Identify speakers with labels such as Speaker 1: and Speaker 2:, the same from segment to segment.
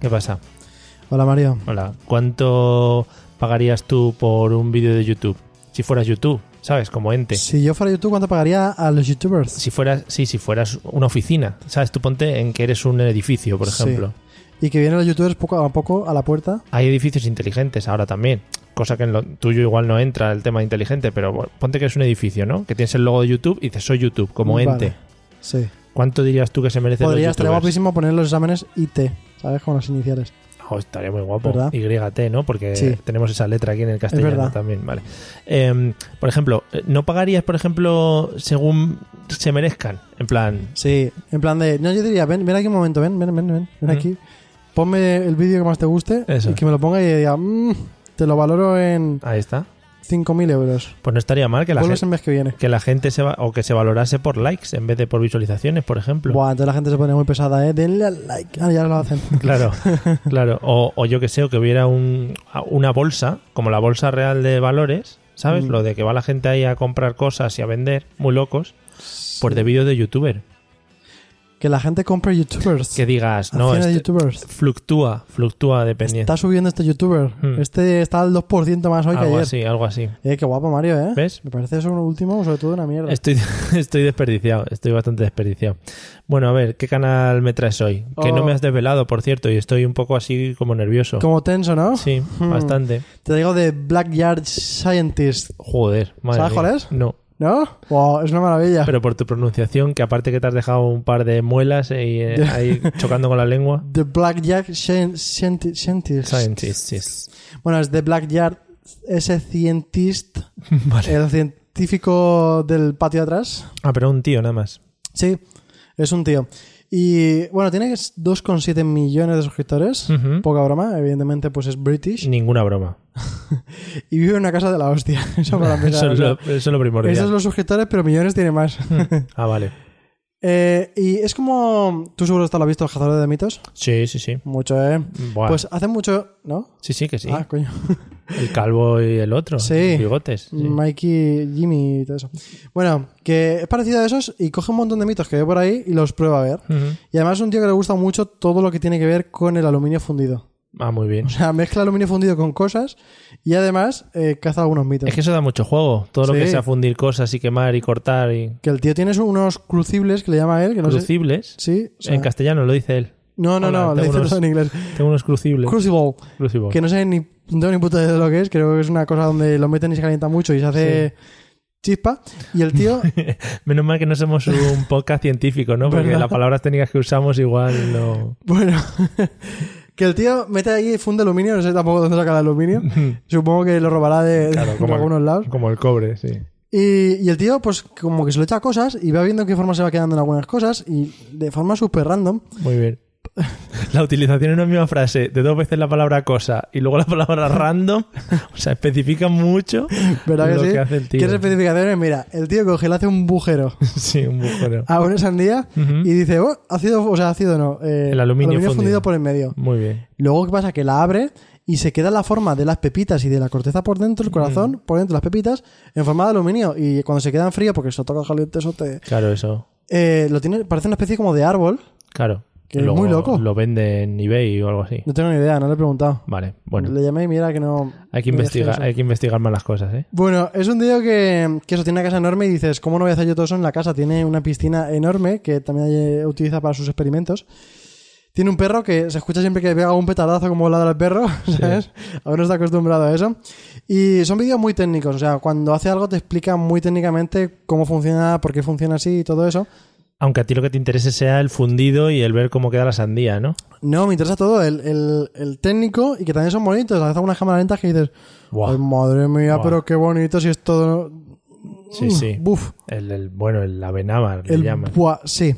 Speaker 1: ¿Qué pasa?
Speaker 2: Hola Mario.
Speaker 1: Hola. ¿Cuánto pagarías tú por un vídeo de YouTube? Si fueras YouTube, ¿sabes? Como ente.
Speaker 2: Si yo fuera YouTube, ¿cuánto pagaría a los youtubers?
Speaker 1: Si fueras, sí, si fueras una oficina, ¿sabes? Tú ponte en que eres un edificio, por
Speaker 2: Sí.
Speaker 1: ejemplo.
Speaker 2: Y que vienen los youtubers poco a poco a la puerta.
Speaker 1: Hay edificios inteligentes ahora también. Cosa que en lo tuyo igual no entra el tema inteligente, pero bueno, ponte que es un edificio, ¿no? Que tienes el logo de YouTube y dices soy YouTube, como
Speaker 2: Vale.
Speaker 1: ente.
Speaker 2: Sí.
Speaker 1: ¿Cuánto dirías tú que se merece
Speaker 2: Podría
Speaker 1: los
Speaker 2: estar
Speaker 1: youtubers?
Speaker 2: guapísimo poner los exámenes IT, ¿sabes? Con las iniciales.
Speaker 1: Oh, estaría muy guapo.
Speaker 2: ¿Verdad?
Speaker 1: YT, ¿no? Porque
Speaker 2: Sí.
Speaker 1: tenemos esa letra aquí en el castellano
Speaker 2: verdad.
Speaker 1: también, vale. Em, por ejemplo, ¿no pagarías, por ejemplo, según se merezcan? En plan,
Speaker 2: Sí. En plan de. No, yo diría, ven, ven aquí un momento, ven, ven, ven, ven,
Speaker 1: Mm.
Speaker 2: ven aquí. Ponme el vídeo que más te guste
Speaker 1: Eso.
Speaker 2: y que me lo ponga y diga, "Mm, te lo valoro en
Speaker 1: ahí está.
Speaker 2: 5.000 euros.
Speaker 1: Pues no estaría mal que la,
Speaker 2: Vuelves
Speaker 1: gente,
Speaker 2: el mes que viene.
Speaker 1: que la gente se va, o que se valorase por likes en vez de por visualizaciones, por ejemplo.
Speaker 2: Buah, entonces la gente se pone muy pesada, ¿eh? Denle al like. Ah, ya lo hacen.
Speaker 1: Claro, claro. O, o yo que sé, o que hubiera un- una bolsa, como la bolsa real de valores, ¿sabes?
Speaker 2: Mm.
Speaker 1: Lo de que va la gente ahí a comprar cosas y a vender, muy locos, pues de vídeo de youtuber.
Speaker 2: Que la gente compre youtubers.
Speaker 1: Que digas, no,
Speaker 2: Acciones de
Speaker 1: este-
Speaker 2: youtubers.
Speaker 1: fluctúa, fluctúa dependiendo.
Speaker 2: Está subiendo este youtuber.
Speaker 1: Hmm.
Speaker 2: Este está al 2% más hoy que
Speaker 1: Algo
Speaker 2: ayer.
Speaker 1: así, algo así.
Speaker 2: Eh, qué guapo, Mario, ¿eh?
Speaker 1: ¿Ves?
Speaker 2: Me parece eso un último, sobre todo una mierda.
Speaker 1: Estoy, estoy desperdiciado, estoy bastante desperdiciado. Bueno, a ver, ¿qué canal me traes hoy? Que no
Speaker 2: Oh.
Speaker 1: me has desvelado, por cierto, y estoy un poco así como nervioso.
Speaker 2: Como tenso, ¿no?
Speaker 1: Sí,
Speaker 2: Hmm.
Speaker 1: bastante.
Speaker 2: Te digo de Blackyard Scientist,
Speaker 1: Joder, madre
Speaker 2: ¿Sabes
Speaker 1: mía.
Speaker 2: cuál es?
Speaker 1: No,
Speaker 2: ¿no? Wow, es una maravilla.
Speaker 1: pero por tu pronunciación, que aparte que te has dejado un par de muelas ahí, eh, ahí chocando con la lengua.
Speaker 2: The Blackyard Scien- Scienti- Scientist.
Speaker 1: Scientists.
Speaker 2: Bueno, es The Blackyard ese Scientist,
Speaker 1: Vale.
Speaker 2: el científico del patio de atrás.
Speaker 1: Ah, pero un tío nada más.
Speaker 2: Sí, es un tío. Y bueno, tiene 2,7 millones de suscriptores.
Speaker 1: Ujú.
Speaker 2: Poca broma, evidentemente, pues es British.
Speaker 1: Ninguna broma.
Speaker 2: Y vive en una casa de la hostia. Eso para
Speaker 1: Eso
Speaker 2: empezar. o
Speaker 1: es
Speaker 2: sea,
Speaker 1: lo, eso es lo primordial.
Speaker 2: Esos son los suscriptores, pero millones tiene más.
Speaker 1: Ah, vale.
Speaker 2: Eh, y es como. Tú seguro esto lo has visto, el cazador de mitos.
Speaker 1: Sí, sí, sí.
Speaker 2: Mucho, ¿eh?
Speaker 1: Buah.
Speaker 2: Pues hace mucho. ¿No?
Speaker 1: sí, sí, que sí.
Speaker 2: Ah, coño.
Speaker 1: El calvo y el otro.
Speaker 2: Sí. Mm,
Speaker 1: los Bigotes. sí.
Speaker 2: Mikey, Jimmy y todo eso. Bueno, que es parecido a esos y coge un montón de mitos que ve por ahí y los prueba a ver.
Speaker 1: Ujú.
Speaker 2: Y además es un tío que le gusta mucho todo lo que tiene que ver con el aluminio fundido.
Speaker 1: Ah, muy bien.
Speaker 2: O sea, mezcla aluminio fundido con cosas y además eh, caza algunos mitos.
Speaker 1: Es que eso da mucho juego. Todo lo que
Speaker 2: Sí.
Speaker 1: sea fundir cosas y quemar y cortar y
Speaker 2: Que el tío tiene unos crucibles que le llama a él, que no sé.
Speaker 1: crucibles.
Speaker 2: Sí, o sea-
Speaker 1: en castellano lo dice él.
Speaker 2: No, no,
Speaker 1: Hola,
Speaker 2: no, le
Speaker 1: tengo
Speaker 2: dice
Speaker 1: unos-
Speaker 2: todo en inglés.
Speaker 1: Tengo unos crucibles.
Speaker 2: Crucible,
Speaker 1: Crucibles.
Speaker 2: que no sé ni, no tengo ni puta idea de lo que es, creo que es una cosa donde lo meten y se calienta mucho y se hace chispa. Y el tío,
Speaker 1: Menos mal que no somos un podcast científico, ¿no? Porque
Speaker 2: ¿Verdad?
Speaker 1: las palabras técnicas que usamos igual no.
Speaker 2: bueno, que el tío mete ahí funde aluminio, no sé tampoco dónde saca el aluminio, supongo que lo robará de,
Speaker 1: Claro,
Speaker 2: de
Speaker 1: como-
Speaker 2: algunos lados.
Speaker 1: Como el cobre, sí.
Speaker 2: Y, y el tío, pues como que se lo echa a cosas y va viendo qué forma se va quedando en algunas cosas y de forma súper random.
Speaker 1: Muy bien. La utilización en una misma frase de dos veces la palabra cosa y luego la palabra random, o sea, especifica mucho
Speaker 2: ¿Verdad
Speaker 1: lo
Speaker 2: que sí?
Speaker 1: que hace el tío.
Speaker 2: ¿Quieres especificaciones? Mira, el tío coge, le hace un bujero
Speaker 1: Sí, un bujero.
Speaker 2: a una sandía
Speaker 1: Ujú.
Speaker 2: y dice, oh, ácido, o sea, ácido no. eh,
Speaker 1: El aluminio fundido.
Speaker 2: fundido por en medio.
Speaker 1: Muy bien.
Speaker 2: Luego, ¿qué pasa? Que la abre y se queda la forma de las pepitas y de la corteza por dentro, el corazón, por dentro, las pepitas, en forma de aluminio. Y cuando se quedan frías, porque se lo toca caliente, eso te.
Speaker 1: Claro, eso.
Speaker 2: Eh, lo tiene, parece una especie como de árbol.
Speaker 1: Claro.
Speaker 2: Que es muy loco.
Speaker 1: Lo vende en eBay o algo así.
Speaker 2: No tengo ni idea, no le he preguntado.
Speaker 1: Vale, bueno.
Speaker 2: Le llamé y mira que no.
Speaker 1: Hay que
Speaker 2: no dejé
Speaker 1: investigar,
Speaker 2: eso.
Speaker 1: hay que investigar más las cosas, ¿eh?
Speaker 2: Bueno, es un tío que, que eso tiene una casa enorme y dices, ¿cómo no voy a hacer yo todo eso en la casa? Tiene una piscina enorme que también eh, utiliza para sus experimentos. Tiene un perro que se escucha siempre que pega un petardazo como ladra el perro, ¿sabes? Aún no está acostumbrado a eso. Y son vídeos muy técnicos, o sea, cuando hace algo te explica muy técnicamente cómo funciona, por qué funciona así y todo eso.
Speaker 1: Aunque a ti lo que te interese sea el fundido y el ver cómo queda la sandía, ¿no?
Speaker 2: No, me interesa todo, el, el- el técnico y que también son bonitos. A veces algunas cámaras lentas que dices,
Speaker 1: Buah.
Speaker 2: "Ay, madre mía,
Speaker 1: Buah.
Speaker 2: pero qué bonito si es todo...
Speaker 1: Sí, sí.
Speaker 2: Buf.
Speaker 1: El, el- bueno, el avenábar le
Speaker 2: El eh,
Speaker 1: llaman.
Speaker 2: buah, sí.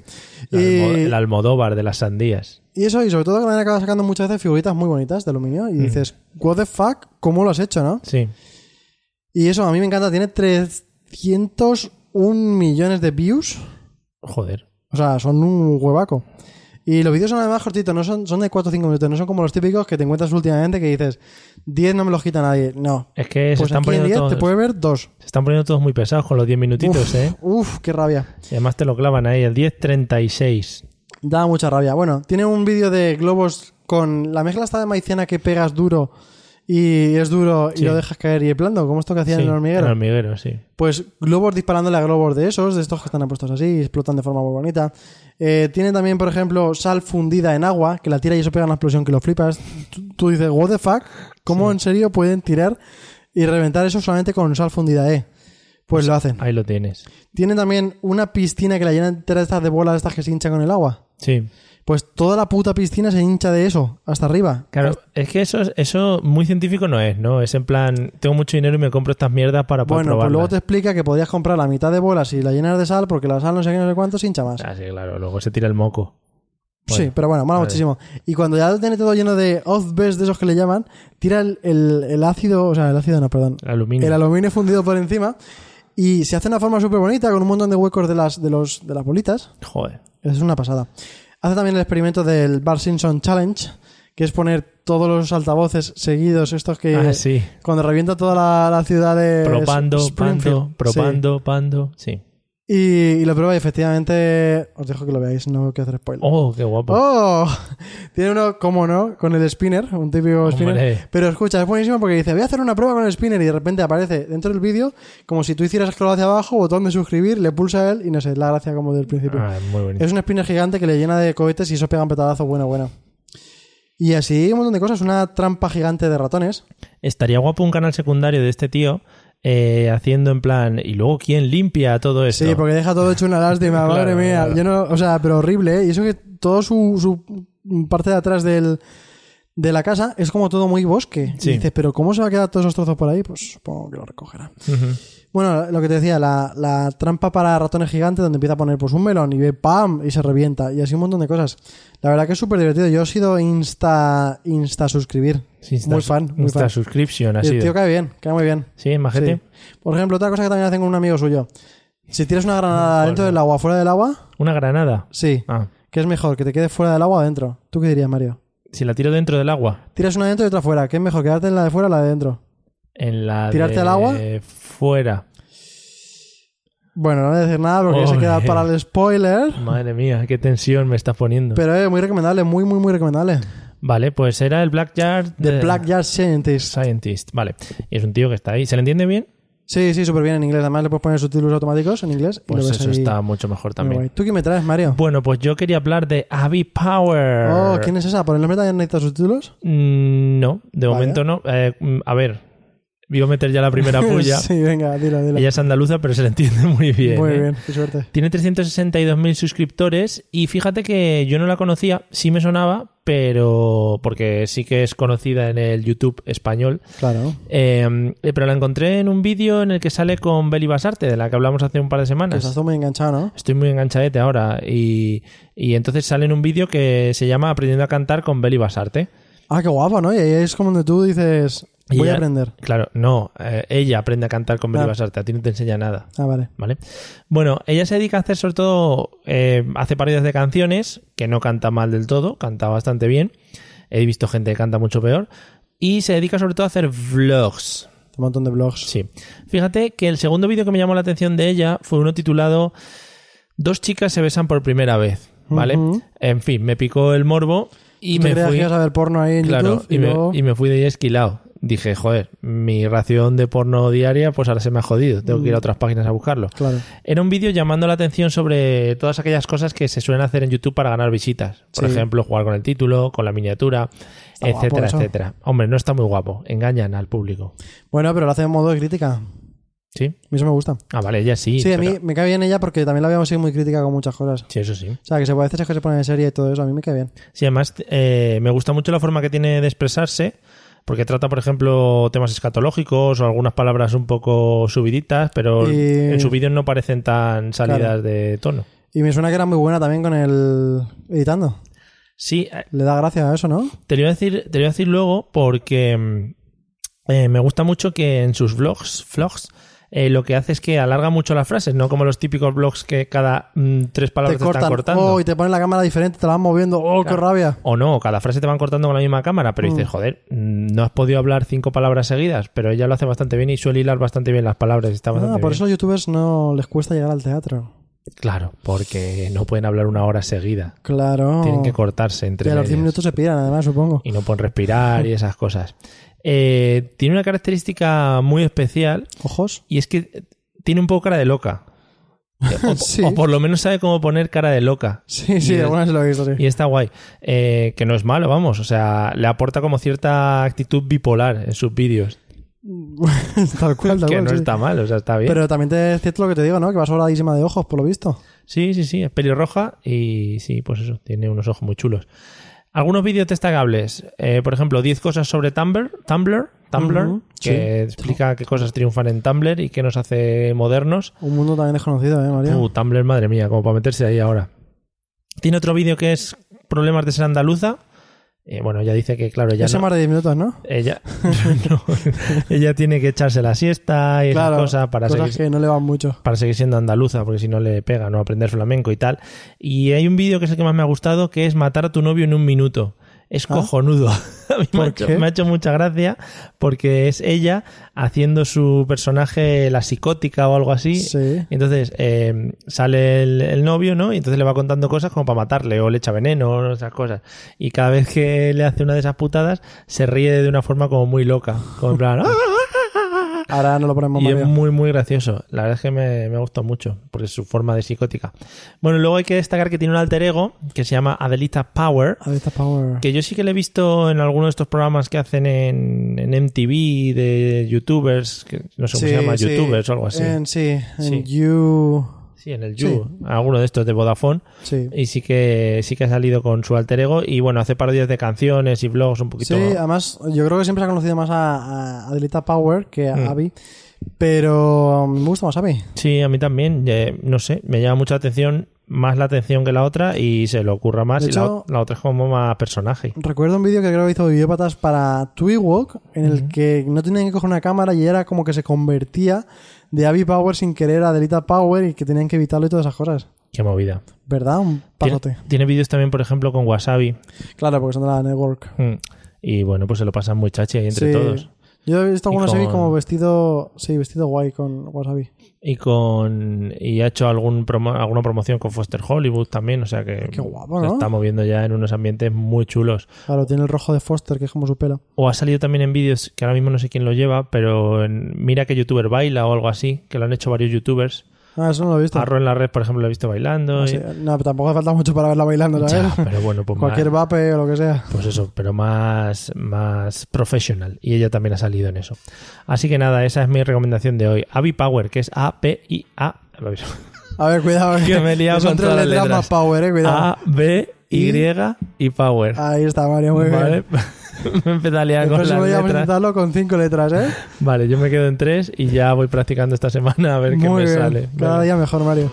Speaker 1: El,
Speaker 2: Y-
Speaker 1: almo- el almodóvar de las sandías.
Speaker 2: Y eso, y sobre todo que me han acabado sacando muchas veces figuritas muy bonitas de aluminio.
Speaker 1: Mm.
Speaker 2: Y dices, ¿What the fuck? ¿Cómo lo has hecho, no?
Speaker 1: Sí.
Speaker 2: Y eso, a mí me encanta. Tiene 301 millones de views.
Speaker 1: Joder.
Speaker 2: O sea, son un huevaco. Y los vídeos son además cortitos, no son, son de 4 o 5 minutos, no son como los típicos que te encuentras últimamente que dices, 10 no me los quita nadie. No.
Speaker 1: Es que se,
Speaker 2: Pues
Speaker 1: están
Speaker 2: aquí en
Speaker 1: poniendo
Speaker 2: 10
Speaker 1: todos,
Speaker 2: te puede ver 2.
Speaker 1: se están poniendo todos muy pesados con los 10 minutitos,
Speaker 2: Uf,
Speaker 1: ¿eh?
Speaker 2: uf, qué rabia.
Speaker 1: Y además te lo clavan ahí, el 10.36.
Speaker 2: Da mucha rabia. Bueno, tiene un vídeo de globos con la mezcla esta de maicena que pegas duro y es duro
Speaker 1: Sí.
Speaker 2: y lo dejas caer y es blando, como esto que hacían
Speaker 1: Sí,
Speaker 2: en el hormiguero.
Speaker 1: El hormiguero, sí.
Speaker 2: Pues globos disparándole a globos de esos, de estos que están apuestos así y explotan de forma muy bonita. Eh, tiene también, por ejemplo, sal fundida en agua, que la tira y eso pega una explosión que lo flipas. Tú, tú dices, what the fuck, ¿cómo en serio pueden tirar y reventar eso solamente con sal fundida, eh? Pues lo hacen.
Speaker 1: Ahí lo tienes.
Speaker 2: Tiene también una piscina que la llenan entera de estas de bolas estas que se hinchan con el agua.
Speaker 1: Sí.
Speaker 2: Pues toda la puta piscina se hincha de eso, hasta arriba. Eh,
Speaker 1: Claro, es que eso, eso muy científico no es, ¿no? Es en plan, tengo mucho dinero y me compro estas mierdas para poder
Speaker 2: Bueno, pues luego te
Speaker 1: probarlas.
Speaker 2: explica que podías comprar la mitad de bolas y la llenas de sal, porque la sal no sé qué, no sé cuánto, se hincha más.
Speaker 1: Ah, sí, claro, pues luego se tira el moco. Bueno,
Speaker 2: sí, pero bueno, mola
Speaker 1: vale.
Speaker 2: muchísimo. Y cuando ya lo tiene todo lleno de off-best de esos que le llaman, tira el, el- el ácido, o sea, el ácido no, perdón,
Speaker 1: El aluminio.
Speaker 2: el aluminio fundido por encima y se hace una forma súper bonita con un montón de huecos de las, de, los, de las bolitas.
Speaker 1: Joder.
Speaker 2: Es una pasada. Hace también el experimento del Bar Simpson Challenge, que es poner todos los altavoces seguidos, estos que
Speaker 1: ah, sí.
Speaker 2: cuando revienta toda la, la ciudad de
Speaker 1: Propando,
Speaker 2: eh, Springfield.
Speaker 1: pando,
Speaker 2: Sí.
Speaker 1: propando, pando. Sí.
Speaker 2: Y, y lo prueba y efectivamente, os dejo que lo veáis, no quiero hacer spoiler.
Speaker 1: Oh, qué guapo.
Speaker 2: ¡Oh! Tiene uno, como no, con el spinner, un típico spinner. Pero escucha, es buenísimo porque dice, voy a hacer una prueba con el spinner y de repente aparece dentro del vídeo, como si tú hicieras scroll hacia abajo, botón de suscribir, le pulsa a él y no sé, la gracia como del principio.
Speaker 1: Ah, muy bonito.
Speaker 2: es un spinner gigante que le llena de cohetes y eso pega un petadazo bueno, bueno. Y así un montón de cosas, una trampa gigante de ratones.
Speaker 1: Estaría guapo un canal secundario de este tío eh, haciendo en plan, ¿y luego quién limpia todo esto?
Speaker 2: Sí, porque deja todo hecho una lástima,
Speaker 1: Claro,
Speaker 2: madre mía.
Speaker 1: claro.
Speaker 2: Yo no, o sea, pero horrible, ¿eh? Y eso que todo su, su parte de atrás del, de la casa es como todo muy bosque.
Speaker 1: Sí.
Speaker 2: Y dices, pero ¿cómo se va a quedar todos esos trozos por ahí? Pues supongo que lo recogerán. Bueno, lo que te decía, la, la trampa para ratones gigantes donde empieza a poner pues un melón y ve ¡pam! y se revienta. Y así un montón de cosas. La verdad que es súper divertido. Yo he sido insta, insta suscribir.
Speaker 1: Sí, Insta-
Speaker 2: muy fan, muy
Speaker 1: Insta
Speaker 2: fan.
Speaker 1: subscription ha
Speaker 2: Y el
Speaker 1: sido.
Speaker 2: tío cae bien, cae muy bien.
Speaker 1: Sí, majete.
Speaker 2: Sí. Por ejemplo, otra cosa que también hacen con un amigo suyo. Si tiras una granada
Speaker 1: Bueno.
Speaker 2: dentro del agua o fuera del agua,
Speaker 1: Una granada.
Speaker 2: sí.
Speaker 1: Ah,
Speaker 2: ¿Qué es mejor? ¿Que te quede fuera del agua o dentro? ¿Tú qué dirías, Mario?
Speaker 1: si la tiro dentro del agua.
Speaker 2: Tiras una dentro y otra fuera. ¿Qué es mejor? ¿Quedarte en la de fuera o la de dentro?
Speaker 1: En la
Speaker 2: ¿Tirarte
Speaker 1: de
Speaker 2: al agua?
Speaker 1: Fuera.
Speaker 2: Bueno, no voy a decir nada porque ya se
Speaker 1: Hombre.
Speaker 2: queda para el spoiler.
Speaker 1: Madre mía, qué tensión me estás poniendo.
Speaker 2: Pero es muy recomendable, muy, muy, muy recomendable.
Speaker 1: vale, pues era el Black Yard
Speaker 2: The Black Yard Scientist.
Speaker 1: Scientist. Vale. Y es un tío que está ahí. ¿Se le entiende bien?
Speaker 2: Sí, sí, súper bien en inglés. Además, le puedes poner subtítulos automáticos en inglés. y
Speaker 1: Pues
Speaker 2: lo ves
Speaker 1: eso
Speaker 2: ahí
Speaker 1: está mucho mejor
Speaker 2: muy
Speaker 1: también.
Speaker 2: guay. ¿Tú qué me traes, Mario?
Speaker 1: Bueno, pues yo quería hablar de Abby Power.
Speaker 2: Oh, ¿quién es esa? ¿Por el nombre también necesitas subtítulos?
Speaker 1: Mm, No, de
Speaker 2: Vale.
Speaker 1: momento no. Eh, mm, a ver, iba a meter ya la primera puya.
Speaker 2: sí, venga, dilo, dilo.
Speaker 1: Ella es andaluza, pero se le entiende muy bien.
Speaker 2: muy
Speaker 1: ¿eh?
Speaker 2: bien, qué suerte.
Speaker 1: Tiene 362.000 suscriptores y fíjate que yo no la conocía, sí me sonaba, pero porque sí que es conocida en el YouTube español.
Speaker 2: Claro.
Speaker 1: Eh, pero la encontré en un vídeo en el que sale con Beli Basarte, de la que hablamos hace un par de
Speaker 2: Que
Speaker 1: semanas.
Speaker 2: estás todo muy enganchado, ¿no?
Speaker 1: Estoy muy enganchadete ahora. Y, y entonces sale en un vídeo que se llama Aprendiendo a cantar con Beli Basarte.
Speaker 2: Ah, qué guapo, ¿no? Y ahí es como donde tú dices,
Speaker 1: Y
Speaker 2: voy
Speaker 1: ella-
Speaker 2: a aprender.
Speaker 1: Claro, no, eh, ella aprende a cantar con Beli
Speaker 2: Ah.
Speaker 1: Basarte, a ti no te enseña nada.
Speaker 2: Ah, vale.
Speaker 1: ¿Vale? Bueno, ella se dedica a hacer sobre todo, eh, hace parodias de canciones, que no canta mal del todo, canta bastante bien. He visto gente que canta mucho peor. Y se dedica sobre todo a hacer vlogs.
Speaker 2: Un montón de blogs.
Speaker 1: Sí. Fíjate que el segundo vídeo que me llamó la atención de ella fue uno titulado Dos chicas se besan por primera vez. ¿Vale?
Speaker 2: Ujú.
Speaker 1: En fin, me picó el morbo y
Speaker 2: ¿Tú
Speaker 1: me
Speaker 2: creías
Speaker 1: fui.
Speaker 2: que ibas a ver porno ahí en
Speaker 1: Claro,
Speaker 2: YouTube
Speaker 1: y,
Speaker 2: y,
Speaker 1: me,
Speaker 2: luego...
Speaker 1: y me fui de ahí esquilado. Dije, joder, mi ración de porno diaria, pues ahora se me ha jodido. Tengo que ir a otras páginas a buscarlo.
Speaker 2: Claro.
Speaker 1: Era un vídeo llamando la atención sobre todas aquellas cosas que se suelen hacer en YouTube para ganar visitas. Por
Speaker 2: Sí.
Speaker 1: ejemplo, jugar con el título, con la miniatura,
Speaker 2: Está guapo
Speaker 1: etcétera,
Speaker 2: eso.
Speaker 1: etcétera. Hombre, no está muy guapo. Engañan al público.
Speaker 2: Bueno, pero lo hacen en modo de crítica.
Speaker 1: Sí.
Speaker 2: A mí eso me gusta.
Speaker 1: Ah, vale, ella sí.
Speaker 2: Sí, a mí
Speaker 1: pero-
Speaker 2: me cae bien ella porque también la habíamos sido muy crítica con muchas cosas.
Speaker 1: Sí, eso sí.
Speaker 2: O sea, que se puede hacer esas cosas ponen en serie y todo eso, a mí me cae bien.
Speaker 1: Sí, además eh, me gusta mucho la forma que tiene de expresarse, porque trata, por ejemplo, temas escatológicos o algunas palabras un poco subiditas, pero
Speaker 2: Y-
Speaker 1: en sus vídeos no parecen tan salidas
Speaker 2: Eh, Claro.
Speaker 1: de tono.
Speaker 2: Y me suena que era muy buena también con el editando.
Speaker 1: Sí, eh,
Speaker 2: Le da gracia a eso, ¿no?
Speaker 1: te lo iba a decir, te lo iba a decir luego porque mm, eh, me gusta mucho que en sus vlogs, vlogs eh, lo que hace es que alarga mucho las frases, no como los típicos vlogs que cada mm, tres palabras
Speaker 2: Te
Speaker 1: te, están
Speaker 2: cortan.
Speaker 1: cortando.
Speaker 2: Oh, y te ponen la cámara diferente, te la van moviendo. Oh, qué
Speaker 1: Claro.
Speaker 2: rabia.
Speaker 1: O no, cada frase te van cortando con la misma cámara, pero dices, joder, mm, no has podido hablar cinco palabras seguidas, pero ella lo hace bastante bien y suele hilar bastante bien las palabras. Está
Speaker 2: Ah,
Speaker 1: bastante
Speaker 2: por
Speaker 1: bien.
Speaker 2: eso a los youtubers no les cuesta llegar al teatro.
Speaker 1: Claro, porque no pueden hablar una hora seguida.
Speaker 2: Claro.
Speaker 1: Tienen que cortarse entre
Speaker 2: Y a los 10
Speaker 1: medias.
Speaker 2: minutos se piran, además, supongo.
Speaker 1: Y no pueden respirar y esas cosas. Eh, tiene una característica muy especial
Speaker 2: Ojos.
Speaker 1: y es que tiene un poco cara de loca. O,
Speaker 2: Sí.
Speaker 1: o por lo menos sabe cómo poner cara de loca.
Speaker 2: Sí, sí,
Speaker 1: Y-
Speaker 2: alguna vez lo he visto, sí.
Speaker 1: Y está guay. Eh, que no es malo, vamos. O sea, le aporta como cierta actitud bipolar en sus vídeos.
Speaker 2: tal cual, tal
Speaker 1: que
Speaker 2: cual,
Speaker 1: no
Speaker 2: sí.
Speaker 1: está mal, o sea, está bien.
Speaker 2: Pero también te es cierto lo que te digo, ¿no? Que va sobradísima de ojos, por lo visto.
Speaker 1: Sí, sí, sí, es pelirroja y sí, pues eso, tiene unos ojos muy chulos. Algunos vídeos destacables, eh, por ejemplo, 10 cosas sobre Tumblr, Tumblr, Tumblr
Speaker 2: Ujú,
Speaker 1: que
Speaker 2: sí.
Speaker 1: explica qué cosas triunfan en Tumblr y qué nos hace modernos.
Speaker 2: Un mundo también desconocido, ¿eh, María?
Speaker 1: Uh, Tumblr, madre mía, como para meterse ahí ahora. Tiene otro vídeo que es problemas de ser andaluza. Eh, bueno, ya dice que, claro, ya
Speaker 2: Ese
Speaker 1: no-
Speaker 2: más de 10 minutos, ¿no?
Speaker 1: ella, no, ella tiene que echarse la siesta y
Speaker 2: claro.
Speaker 1: esas cosas para
Speaker 2: cosas
Speaker 1: seguir
Speaker 2: que no le van mucho.
Speaker 1: para seguir siendo andaluza, porque si no le pega, ¿no? Aprender flamenco y tal. Y hay un vídeo que es el que más me ha gustado, que es matar a tu novio en un minuto. Es
Speaker 2: ¿Ah?
Speaker 1: cojonudo. A mí me,
Speaker 2: ¿Por
Speaker 1: ha hecho,
Speaker 2: qué?
Speaker 1: me ha hecho mucha gracia porque es ella haciendo su personaje la psicótica o algo así.
Speaker 2: Sí.
Speaker 1: Y Entonces eh, sale el, el novio, ¿no? Y entonces le va contando cosas como para matarle o le echa veneno o esas cosas. Y cada vez que le hace una de esas putadas, se ríe de una forma como muy loca. Como en plan, "¡Ah!".
Speaker 2: Ahora no lo ponemos
Speaker 1: Y
Speaker 2: María.
Speaker 1: es muy, muy gracioso. La verdad es que me, me ha gustado mucho, porque es su forma de psicótica. Bueno, luego hay que destacar que tiene un alter ego que se llama Adelita Power,
Speaker 2: A ver, esta Power.
Speaker 1: que yo sí que le he visto en algunos de estos programas que hacen en, en MTV de youtubers, que no sé cómo se llama, youtubers o algo así.
Speaker 2: En, sí,
Speaker 1: Sí.
Speaker 2: en You.
Speaker 1: Sí, en el
Speaker 2: Sí.
Speaker 1: You, alguno de estos de Vodafone.
Speaker 2: Sí.
Speaker 1: Y sí que, sí que ha salido con su alter ego y bueno, hace parodias de canciones y vlogs un
Speaker 2: Sí,
Speaker 1: poquito.
Speaker 2: además, yo creo que siempre se ha conocido más a, a Adelita Power que
Speaker 1: Mm.
Speaker 2: a Abby. Pero me gusta más Abby.
Speaker 1: Sí, a mí también. eh, no sé, me llama mucha atención, más la atención que la otra y se le ocurra más.
Speaker 2: De
Speaker 1: y la
Speaker 2: hecho-
Speaker 1: ot- la, otra es como más personaje.
Speaker 2: Recuerdo un vídeo que creo que hizo Videópatas para Twiwok, en el que no tenían que coger una cámara y era como que se convertía de Abby Power sin querer a Adelita Power y que tenían que evitarlo y todas esas cosas.
Speaker 1: Qué movida.
Speaker 2: ¿Verdad? Un
Speaker 1: Tiene,
Speaker 2: pasote.
Speaker 1: tiene vídeos también, por ejemplo, con Wasabi.
Speaker 2: Claro, porque son de la network.
Speaker 1: Mm. Y bueno, pues se lo pasan muy chachi ahí entre
Speaker 2: Sí.
Speaker 1: todos.
Speaker 2: Yo he visto
Speaker 1: Y
Speaker 2: algunos
Speaker 1: con-
Speaker 2: Abby como vestido, sí, vestido guay con Wasabi.
Speaker 1: Y con y ha hecho algún promo- alguna promoción con Foster Hollywood también, o sea que
Speaker 2: Qué guapo,
Speaker 1: se
Speaker 2: ¿no?
Speaker 1: está moviendo ya en unos ambientes muy chulos.
Speaker 2: Claro, tiene el rojo de Foster, que es como su pelo.
Speaker 1: O ha salido también en vídeos que ahora mismo no sé quién lo lleva, pero en- mira que youtuber baila o algo así, que lo han hecho varios youtubers.
Speaker 2: Ah, eso no lo he visto.
Speaker 1: Arro en la red, por ejemplo, lo he visto bailando.
Speaker 2: Ah,
Speaker 1: y-
Speaker 2: sí. No, pero tampoco falta mucho para verla bailando, ¿sabes?
Speaker 1: Ya, pero bueno, pues
Speaker 2: Cualquier
Speaker 1: más,
Speaker 2: vape o lo que sea.
Speaker 1: pues eso, pero más, más professional. Y ella también ha salido en eso. Así que nada, esa es mi recomendación de hoy. Avi Power, que es A-P-I-A.
Speaker 2: A ver, cuidado. eh.
Speaker 1: Que me he liado
Speaker 2: son
Speaker 1: con
Speaker 2: tres
Speaker 1: todas las letras. Ah.
Speaker 2: más power, eh, cuidado.
Speaker 1: A-B-Y y Power.
Speaker 2: Ahí está, Mario, muy bien.
Speaker 1: Vale. me empecé a liar
Speaker 2: El
Speaker 1: con las
Speaker 2: próximo día vamos a
Speaker 1: letras.
Speaker 2: intentarlo con cinco letras, ¿eh?
Speaker 1: Vale, yo me quedo en tres y ya voy practicando esta semana a ver qué
Speaker 2: Muy
Speaker 1: me
Speaker 2: bien.
Speaker 1: sale.
Speaker 2: Cada
Speaker 1: Venga.
Speaker 2: día mejor, Mario.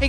Speaker 3: Hey